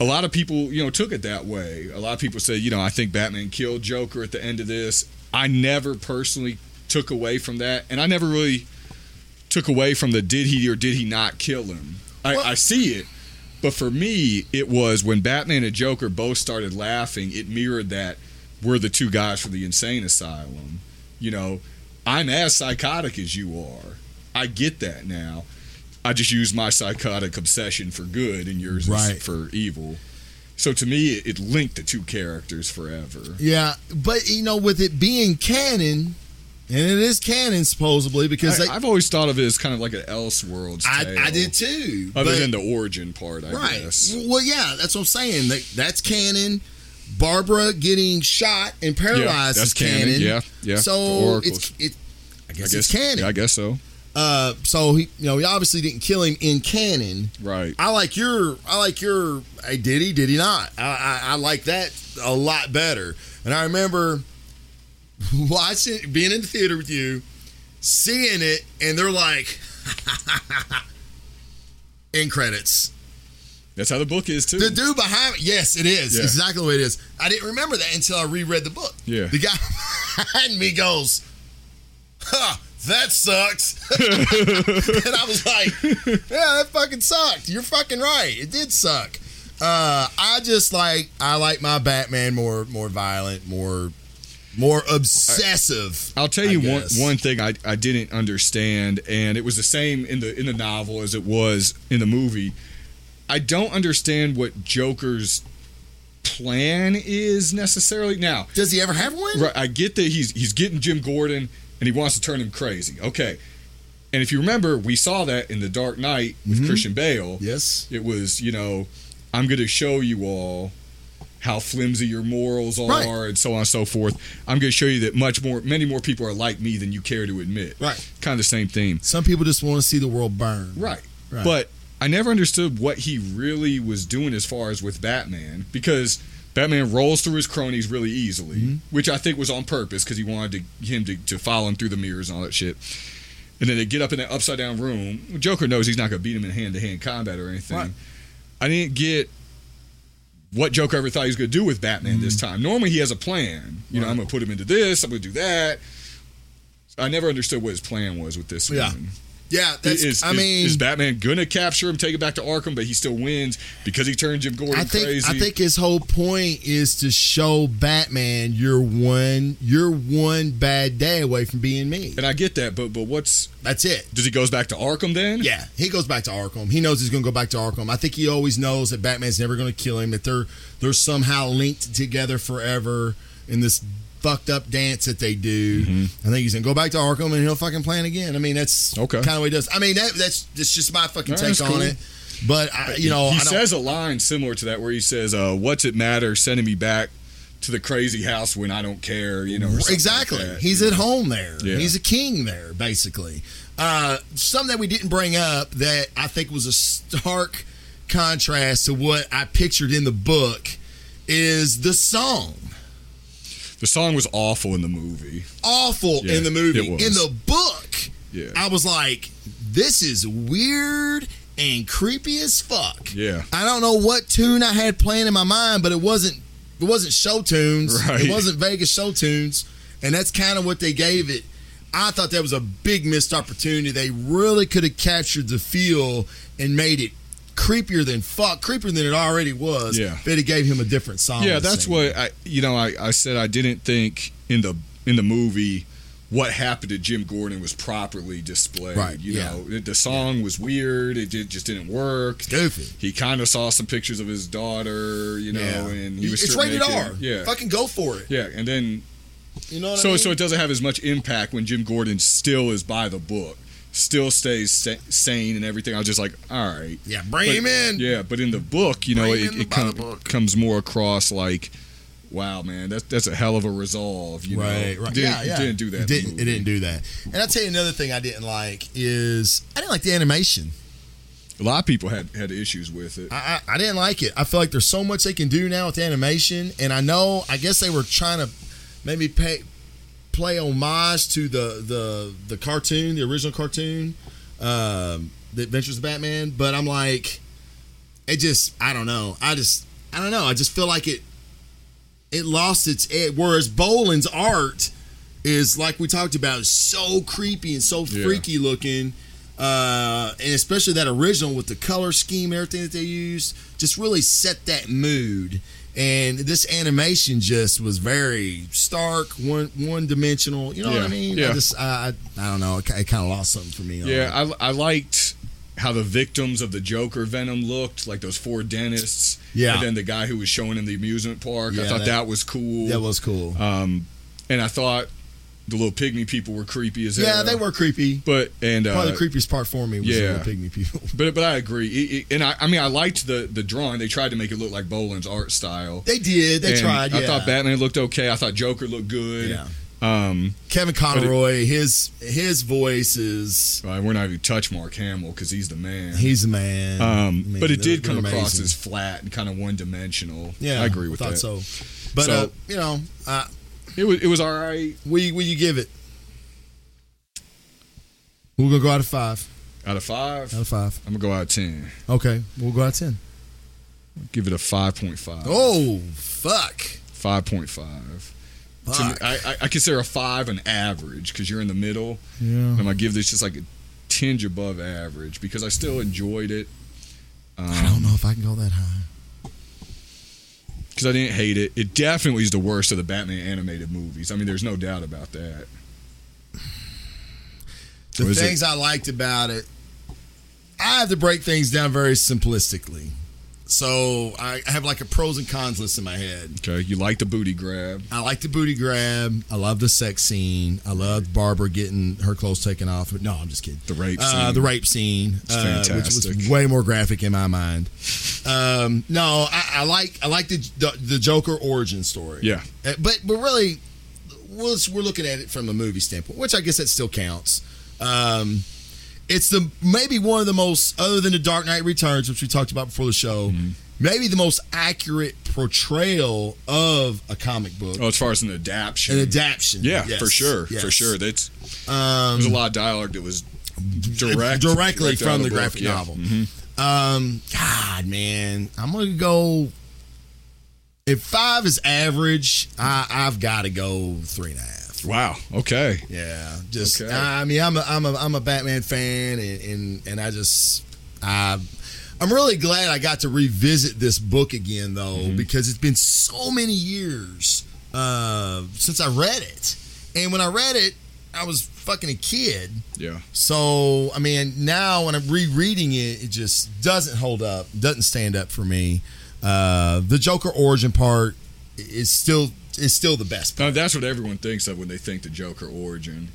B: a lot of people, you know, took it that way. A lot of people say, you know, I think Batman killed Joker at the end of this. I never personally took away from that, and I never really took away from the did he or did he not kill him. I,
A: Well-
B: I see it, but for me, it was when Batman and Joker both started laughing. It mirrored that we're the two guys from the insane asylum. You know, I'm as psychotic as you are. I get that now. I just use my psychotic obsession for good, and yours
A: Right.
B: is for evil. So to me, it, it linked the two characters forever.
A: Yeah, but you know, with it being canon, and it is canon supposedly because
B: I,
A: they, I,
B: have always thought of it as kind of like an Elseworlds
A: I,
B: tale.
A: did too.
B: Other
A: but-
B: than the origin part, I
A: right.
B: guess.
A: Well, yeah, that's what I'm saying. That, that's canon. Barbara getting shot and paralyzed
B: that's
A: is canon.
B: canon. Yeah, yeah, the
A: So
B: oracles.
A: it's it. I
B: I
A: guess,
B: guess
A: it's canon.
B: I guess so.
A: uh, so he, you know, he obviously didn't kill him in canon.
B: Right.
A: I like your, I like your, I did he, did he not? I, I, I like that a lot better. And I remember watching, being in the theater with you, seeing it, and they're like, in credits.
B: That's how the book is too.
A: The dude behind, yes, it is
B: Yeah.
A: exactly what it is. I didn't remember that until I reread the book.
B: Yeah.
A: the guy behind me goes, "Huh, that sucks," and I was like, "Yeah, that fucking sucked. You're fucking right. It did suck." Uh, I just like I like my Batman more more violent, more more obsessive.
B: I'll tell
A: I
B: you one,
A: guess.
B: one thing I, I didn't understand, and it was the same in the in the novel as it was in the movie. I don't understand what Joker's plan is necessarily. Now,
A: Does he ever have one?
B: right, I get that he's he's getting Jim Gordon and he wants to turn him crazy. Okay. And if you remember, we saw that in The Dark Knight with
A: Mm-hmm.
B: Christian Bale.
A: Yes.
B: It was, you know, I'm going to show you all how flimsy your morals are
A: Right.
B: and so on and so forth. I'm going to show you that much more, many more people are like me than you care to admit.
A: Right.
B: Kind of the same theme.
A: Some people just want to see the world burn.
B: Right.
A: Right.
B: But I never understood what he really was doing as far as with Batman because Batman rolls through his cronies really easily,
A: Mm-hmm.
B: which I think was on purpose because he wanted to, him to, to follow him through the mirrors and all that shit. And then they get up in that upside down room. Joker knows he's not going to beat him in hand to hand combat or anything.
A: Right.
B: I didn't get what Joker ever thought he was going to do with Batman this
A: Mm-hmm.
B: time. Normally he has a plan. You know, I'm going to put him into this, I'm going to do that. I never understood what his plan was with this
A: Yeah.
B: one.
A: Yeah, that's.
B: is,
A: I
B: is-
A: mean,
B: is, Batman gonna capture him, take it back to Arkham, but he still wins because he turned Jim Gordon
A: I think
B: crazy.
A: I think his whole point is to show Batman you're one you're one bad day away from being me.
B: and I get that, but but what's
A: That's it.
B: does he goes back to Arkham then?
A: Yeah, he goes back to Arkham. He knows he's going to go back to Arkham. I think he always knows that Batman's never going to kill him. That they're they're somehow linked together forever in this fucked up dance that they do. I think he's going to go back to Arkham and he'll fucking plan again. I mean, that's
B: Mm-hmm. Okay.
A: kind of what he does. I mean, that, that's that's just my fucking
B: All right,
A: take
B: that's
A: on
B: cool.
A: it. But I, you know,
B: he
A: I don't,
B: says a line similar to that where he says, uh, "What's it matter sending me back to the crazy house when I don't care?" You know, or something like
A: Exactly.
B: that.
A: He's at home there.
B: Yeah.
A: He's a king there, basically. Uh, something that we didn't bring up that I think was a stark contrast to what I pictured in the book is the song.
B: the song was awful in the movie.
A: Awful
B: Yeah,
A: in the movie.
B: it was.
A: In the book,
B: Yeah.
A: I was like, this is weird and creepy as fuck.
B: Yeah.
A: I don't know what tune I had playing in my mind, but it wasn't it wasn't show tunes.
B: Right.
A: It wasn't Vegas show tunes, and that's kind of what they gave it. I thought that was a big missed opportunity. They really could have captured the feel and made it creepier than fuck, creepier than it already was.
B: Yeah.
A: but it gave him a different song.
B: yeah,
A: to
B: that's
A: sing.
B: what I you know I, I said I didn't think in the in the movie what happened to Jim Gordon was properly displayed.
A: Right,
B: You
A: yeah.
B: know, the song was weird. It did, just didn't work.
A: goofy.
B: He kind of saw some pictures of his daughter, you know,
A: yeah,
B: and he was
A: it's
B: still
A: rated
B: naked.
A: R.
B: Yeah.
A: fucking go for it.
B: yeah, and then
A: You know what I
B: so
A: mean?
B: so it doesn't have as much impact when Jim Gordon still is by the book. still stays sa- sane and everything. I was just like, all right.
A: Yeah, bring him
B: But-
A: in.
B: Yeah, but in the book, you know,
A: Bring
B: it,
A: in the
B: it come-
A: Bible book.
B: comes more across like, wow, man, that's that's a hell of a resolve. You
A: right,
B: know,
A: right.
B: Didn't,
A: yeah, yeah.
B: didn't do that.
A: It
B: in the
A: didn't, it
B: movie.
A: didn't do that. And I'll tell you another thing I didn't like is I didn't like the animation.
B: A lot of people had had issues with it.
A: I, I, I didn't like it. I feel like there's so much they can do now with animation, and I know I guess they were trying to maybe pay, play homage to the the the cartoon, the original cartoon, um, The Adventures of Batman. But I'm like, it just I don't know. I just I don't know. I just feel like it it lost its edge. Whereas Boland's art is like we talked about, is so creepy and so
B: Yeah.
A: freaky looking. Uh, and especially that original with the color scheme, everything that they used, just really set that mood. And this animation just was very stark, one one dimensional. You know what I
B: Yeah,
A: mean? I
B: yeah.
A: just I, I I don't know. It, kind of lost something for me. on
B: Yeah,
A: it.
B: I, I liked how the victims of the Joker Venom looked, like those four dentists.
A: Yeah.
B: And then the guy who was showing in the amusement park. I
A: Yeah,
B: thought
A: that-
B: that, was cool.
A: that was cool.
B: Um, and I thought the little pygmy people were creepy as
A: yeah,
B: hell.
A: they were creepy.
B: But and
A: Probably
B: uh,
A: the creepiest part for me was the
B: yeah.
A: little pygmy people.
B: but but I agree. It- it- and I, I mean I liked the the drawing. They tried to make it look like Boland's art style.
A: They did. They
B: And
A: tried. Yeah.
B: I thought Batman looked okay. I thought Joker looked good.
A: Yeah.
B: Um,
A: Kevin Conroy, his his voice is
B: uh, we're not even touch Mark Hamill because he's the man.
A: he's the man.
B: Um,
A: Man,
B: but it
A: they're-
B: did
A: they're
B: come across
A: amazing.
B: as flat and kind of one dimensional.
A: yeah.
B: I agree with
A: thought
B: that.
A: So, but
B: So-
A: uh, you know, uh,
B: It was it was all right
A: we will you give it? We're gonna go out of five.
B: out of five.
A: Out of five.
B: I'm gonna go out of ten.
A: Okay, we'll go out of ten.
B: Give it a five point five.
A: Oh fuck!
B: Five point five. To me,
A: Fuck.
B: I, I, I consider a five an average because you're in the middle.
A: Yeah.
B: And I'm gonna give this just like a tinge above average because I still enjoyed it um,
A: I don't know if I can go that high.
B: because I didn't hate it. It definitely is the worst of the Batman animated movies. I mean, there's no doubt about that.
A: The
B: Or is it-
A: things I liked about it, I have to break things down very simplistically. So I I have like a pros and cons list in my head.
B: Okay, you like the booty grab.
A: I like the booty grab. I love the sex scene. I loved Barbara getting her clothes taken off. But no, I'm just kidding.
B: The rape
A: Uh,
B: scene.
A: the rape scene, uh, which was
B: fantastic.
A: way more graphic in my mind. Um, no, I, I like I like the, the the Joker origin story.
B: Yeah.
A: Uh, but but really, we're, we're looking at it from a movie standpoint, which I guess that still counts. Um, it's the maybe one of the most other than the Dark Knight Returns, which we talked about before the show.
B: Mm-hmm.
A: Maybe the most accurate portrayal of a comic book
B: Oh, as far as an adaptation.
A: an adaptation.
B: yeah,
A: Uh, Yes.
B: for sure,
A: Yes.
B: for sure. That's
A: Um,
B: there's a lot of dialogue that was direct,
A: directly
B: direct out
A: from
B: of
A: the,
B: book,
A: graphic
B: yeah. Mm-hmm.
A: novel. Um, God, man, I'm gonna go. If five is average, I, I've got to go three and a half.
B: Wow. Okay.
A: Yeah, just
B: Okay.
A: I mean, I'm a I'm a I'm a Batman fan, and and, and I just I. I'm really glad I got to revisit this book again, though, because it's been so many years uh, since I read it. And when I read it, I was fucking a kid.
B: Yeah.
A: So I mean, now when I'm rereading it, it just doesn't hold up, doesn't stand up for me. Uh, the Joker origin part is still is still the best. Part.
B: Now, that's what everyone thinks of when they think the Joker origin.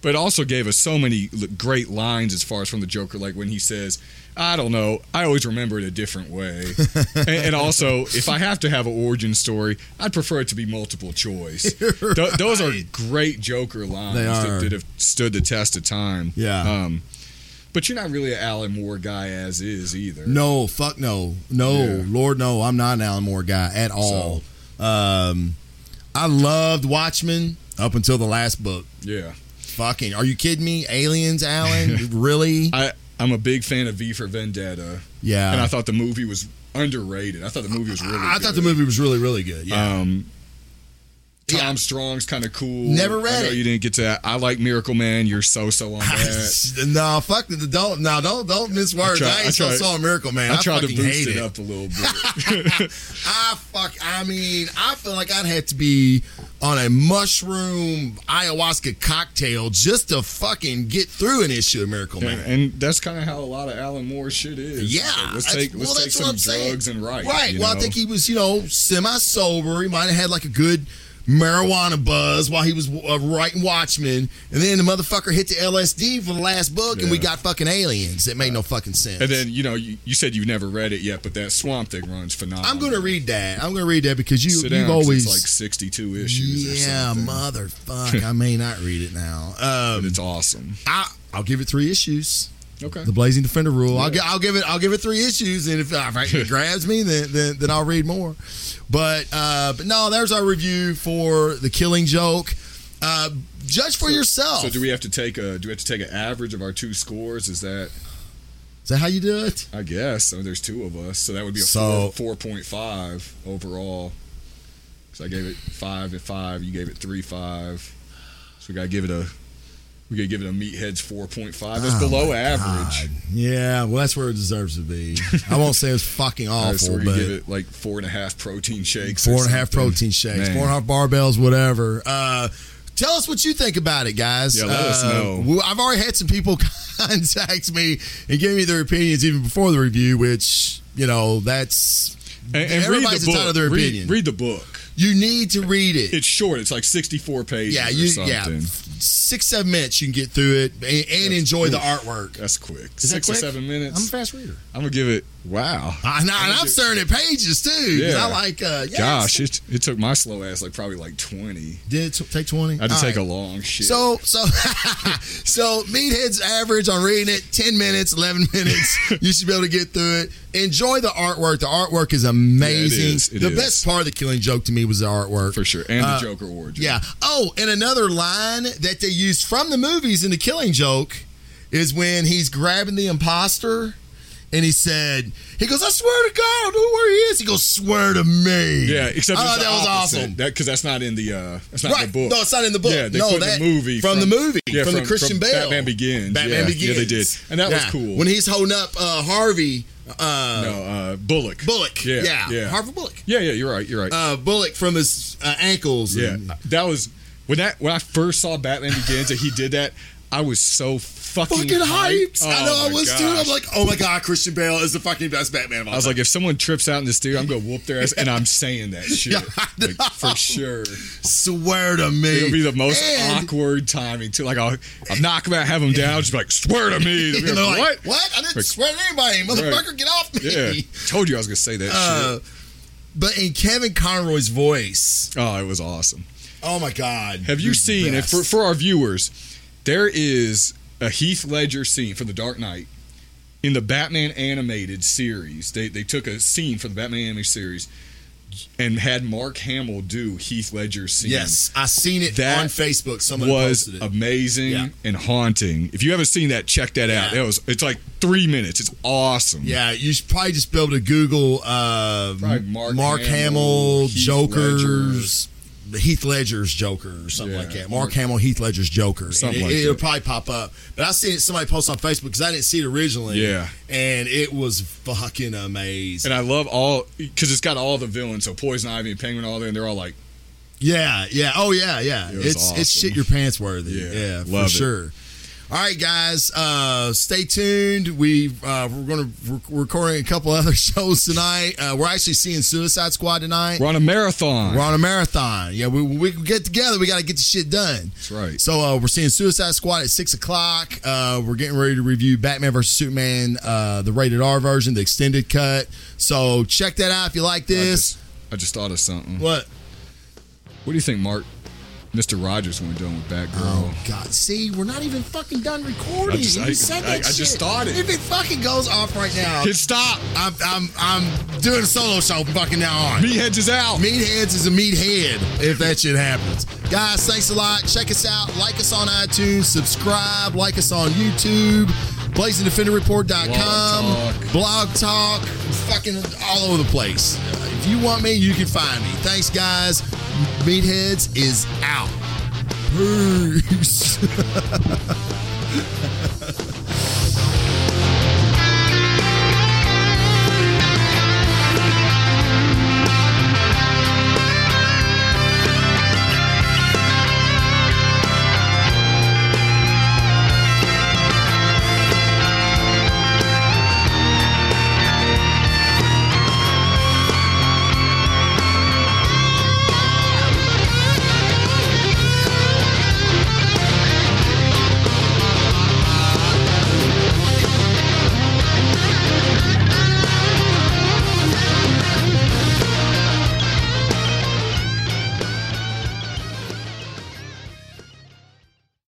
B: But it also gave us so many l- great lines as far as from the Joker, like when he says, I don't know, I always remember it a different way. and, and also, if I have to have an origin story, I'd prefer it to be multiple choice. Th- those are great Joker lines
A: They
B: that,
A: are.
B: that have stood the test of time.
A: Yeah.
B: Um, but you're not really an Alan Moore guy as is either.
A: No, fuck no, no,
B: Yeah.
A: Lord no, I'm not an Alan Moore guy at all. Um, I loved Watchmen up until the last book.
B: Yeah.
A: Fucking, are you kidding me? Aliens, Alan, really?
B: I, I'm a big fan of V for Vendetta.
A: Yeah,
B: and I thought the movie was underrated. I thought the movie was really.
A: Uh. I thought the
B: good.
A: movie was really really good. Yeah,
B: Um, Tom
A: Yeah.
B: Strong's kind of cool.
A: Never read
B: I know
A: it.
B: You didn't get to that. I like Miracle Man. You're so so on that.
A: no, fuck the don't no don't don't miss words. I,
B: tried-
A: ain't
B: I
A: so
B: tried-
A: saw a miracle man. I,
B: I tried to
A: fucking hate
B: boost
A: it.
B: it up a little bit.
A: I fuck. I mean, I feel like I'd have to be on a mushroom ayahuasca cocktail just to fucking get through an issue of Miracle
B: and,
A: Man.
B: and that's kind of how a lot of Alan Moore shit is.
A: Yeah,
B: Like, let's
A: that's-
B: take let's
A: well,
B: take
A: that's what
B: some
A: I'm saying.
B: drugs and write.
A: Right.
B: you
A: Well, I
B: know?
A: think he was, you know, semi sober. He might have had like a good marijuana buzz while he was uh, writing Watchmen, and then the motherfucker hit the LSD for the last book, and we
B: Yeah.
A: got fucking aliens. It made no fucking sense.
B: And then you know you, you said you never read it yet, but that Swamp Thing runs phenomenal.
A: I'm gonna read that. I'm gonna read that because you
B: Sit down,
A: you've
B: 'cause
A: always
B: it's like 62 issues.
A: yeah,
B: or something.
A: motherfuck. I may not read it now. Um,
B: it's awesome.
A: I I'll give it three issues.
B: Okay.
A: The Blazing Defender rule. I'll, gi- I'll give it. I'll give it three issues, and if, if it grabs me, then, then then I'll read more. But uh, but no, there's our review for the Killing Joke. Uh, judge for yourself.
B: So do we have to take a do we have to take an average of our two scores? Is that
A: Is that how you do it?
B: I guess I mean, there's two of us, so that would be a
A: So-
B: four point five overall. Because I gave it five at five, you gave it three five, so we gotta give it a we gotta give it a meatheads four point five. That's
A: Oh
B: below
A: my
B: average.
A: God. Yeah, well, that's where it deserves to be. I won't say it's fucking
B: All
A: awful,
B: right, so we're
A: but
B: gonna give it like four and a half protein shakes. or
A: four and a half
B: something.
A: protein shakes,
B: Man.
A: four and a half barbells, whatever. Uh, tell us what you think about it, guys.
B: Yeah, let us
A: Uh,
B: know.
A: well, I've already had some people contact me and give me their opinions even before the review, which you know that's
B: And, and read
A: everybody's
B: the book.
A: entitled to their
B: read,
A: opinion.
B: read the book.
A: you need to read it.
B: It's short. It's like sixty four pages.
A: yeah,
B: or
A: you yeah,
B: something.
A: six seven minutes you can get through it and, and enjoy the artwork.
B: That's quick.
A: Is that
B: Six
A: quick?
B: or seven
A: I'm a
B: minutes. I'm,
A: fast reader.
B: gonna give it. Wow.
A: I, and I- and I'm staring at pages too. 'cause
B: Yeah.
A: I like. Uh, yes.
B: Gosh, it, it took my slow ass like probably like twenty.
A: did it t- take twenty.
B: I had to take a long shit.
A: So so so Meathead's average on reading it 10 minutes, 11 minutes. you should be able to get through it. Enjoy the artwork. The artwork is amazing.
B: is. It
A: the
B: is.
A: best part of the killing joke to me was the artwork.
B: for sure, and
A: Uh,
B: the Joker origin.
A: Yeah. Oh, and another line that they used from the movies in the killing joke is when he's grabbing the imposter and he said, he goes, I swear to God, I don't know where he is. He goes, swear to me.
B: yeah. Except
A: oh,
B: it's the
A: that was
B: opposite.
A: awesome.
B: That because that's not in the uh, that's not in the book.
A: No, it's not in the book.
B: Yeah, they
A: no,
B: put
A: that
B: the movie
A: from, the movie
B: yeah,
A: from, the Christian Bale.
B: Batman Begins.
A: Batman
B: yeah.
A: Begins.
B: Yeah, they did, and that was
A: Yeah.
B: cool.
A: When he's holding up uh, Harvey uh,
B: no, uh, Bullock.
A: Bullock.
B: Yeah,
A: Yeah,
B: yeah.
A: Harvey Bullock.
B: Yeah, yeah. You're right. You're right.
A: Uh, Bullock from his uh, ankles.
B: Yeah,
A: and-
B: that was when that when I first saw Batman Begins and he did that. I was so fucking,
A: Fucking hyped!
B: hyped.
A: I
B: Oh
A: know I
B: my
A: was too. I'm
B: gosh.
A: like, oh my god, Christian Bale is the fucking best Batman of all
B: I was like, if someone trips out in this theater, I'm gonna whoop their ass, and I'm saying that shit
A: Yeah, I
B: like,
A: know.
B: for sure.
A: swear to me,
B: It'll be the most
A: And-
B: awkward timing too. Like I'll, I'll knock him out, have him down, just be like swear to me. They'll be
A: they're like,
B: like, what?
A: what? I didn't swear to anybody, motherfucker. Get off me.
B: Yeah, told you I was gonna say that
A: Uh,
B: shit.
A: but in Kevin Conroy's voice,
B: Oh, it was awesome.
A: oh my God!
B: Have you
A: the
B: seen it
A: best.
B: for for our viewers? There is a Heath Ledger scene from The Dark Knight in the Batman animated series. They they took a scene from the Batman animated series and had Mark Hamill do Heath Ledger's scene.
A: Yes, I seen it
B: That
A: on Facebook. Someone
B: was
A: posted it.
B: amazing
A: Yeah.
B: and haunting. If you haven't seen that, check that out.
A: Yeah.
B: That was it's like three minutes. It's awesome.
A: yeah, you should probably just be able to Google uh,
B: Probably
A: Mark, Hamill,
B: Mark Hamill, Heath
A: Jokers, Heath Ledger's Joker, or something
B: Yeah.
A: like that. Mark Hamill, Heath Ledger's Joker. And
B: Something
A: it,
B: like
A: will
B: that.
A: probably pop up. But I seen it somebody post on Facebook because I didn't see it originally.
B: Yeah.
A: and it was fucking amazing.
B: And I love all because it's got all the villains. So Poison Ivy and Penguin, all there, and they're all like,
A: Yeah, yeah. Oh yeah, yeah.
B: It was
A: it's it's
B: awesome.
A: shit your pants worthy. Yeah,
B: Yeah,
A: for
B: love it.
A: sure. All right, guys. Uh, stay tuned. We uh, we're going to we're recording a couple other shows tonight. Uh, we're actually seeing Suicide Squad tonight.
B: "We're on a marathon."
A: We're on a marathon. Yeah, we we can get together. We got to get the shit done.
B: That's right.
A: So uh, we're seeing Suicide Squad at six o'clock. Uh, we're getting ready to review Batman vs Superman, uh, the rated R version, the extended cut. So check that out if you like
B: I
A: this.
B: just, I just thought of something.
A: what?
B: What do you think, Mark? Mr. Rogers when we're done with Batgirl.
A: Oh God! See, we're not even fucking done recording.
B: I just-
A: and
B: I-
A: you said that
B: I- I just
A: shit.
B: thought it.
A: If it fucking goes off right now,
B: Kid, stop!
A: I'm I'm I'm doing a solo show from fucking now on.
B: Meatheads is out.
A: Meatheads is a meathead if that shit happens. Guys, thanks a lot. Check us out. Like us on iTunes. Subscribe. Like us on YouTube. BlazingDefenderReport.com. Blog talk. Fucking all over the place. If you want me, you can find me. Thanks, guys. Meatheads is out. Peace.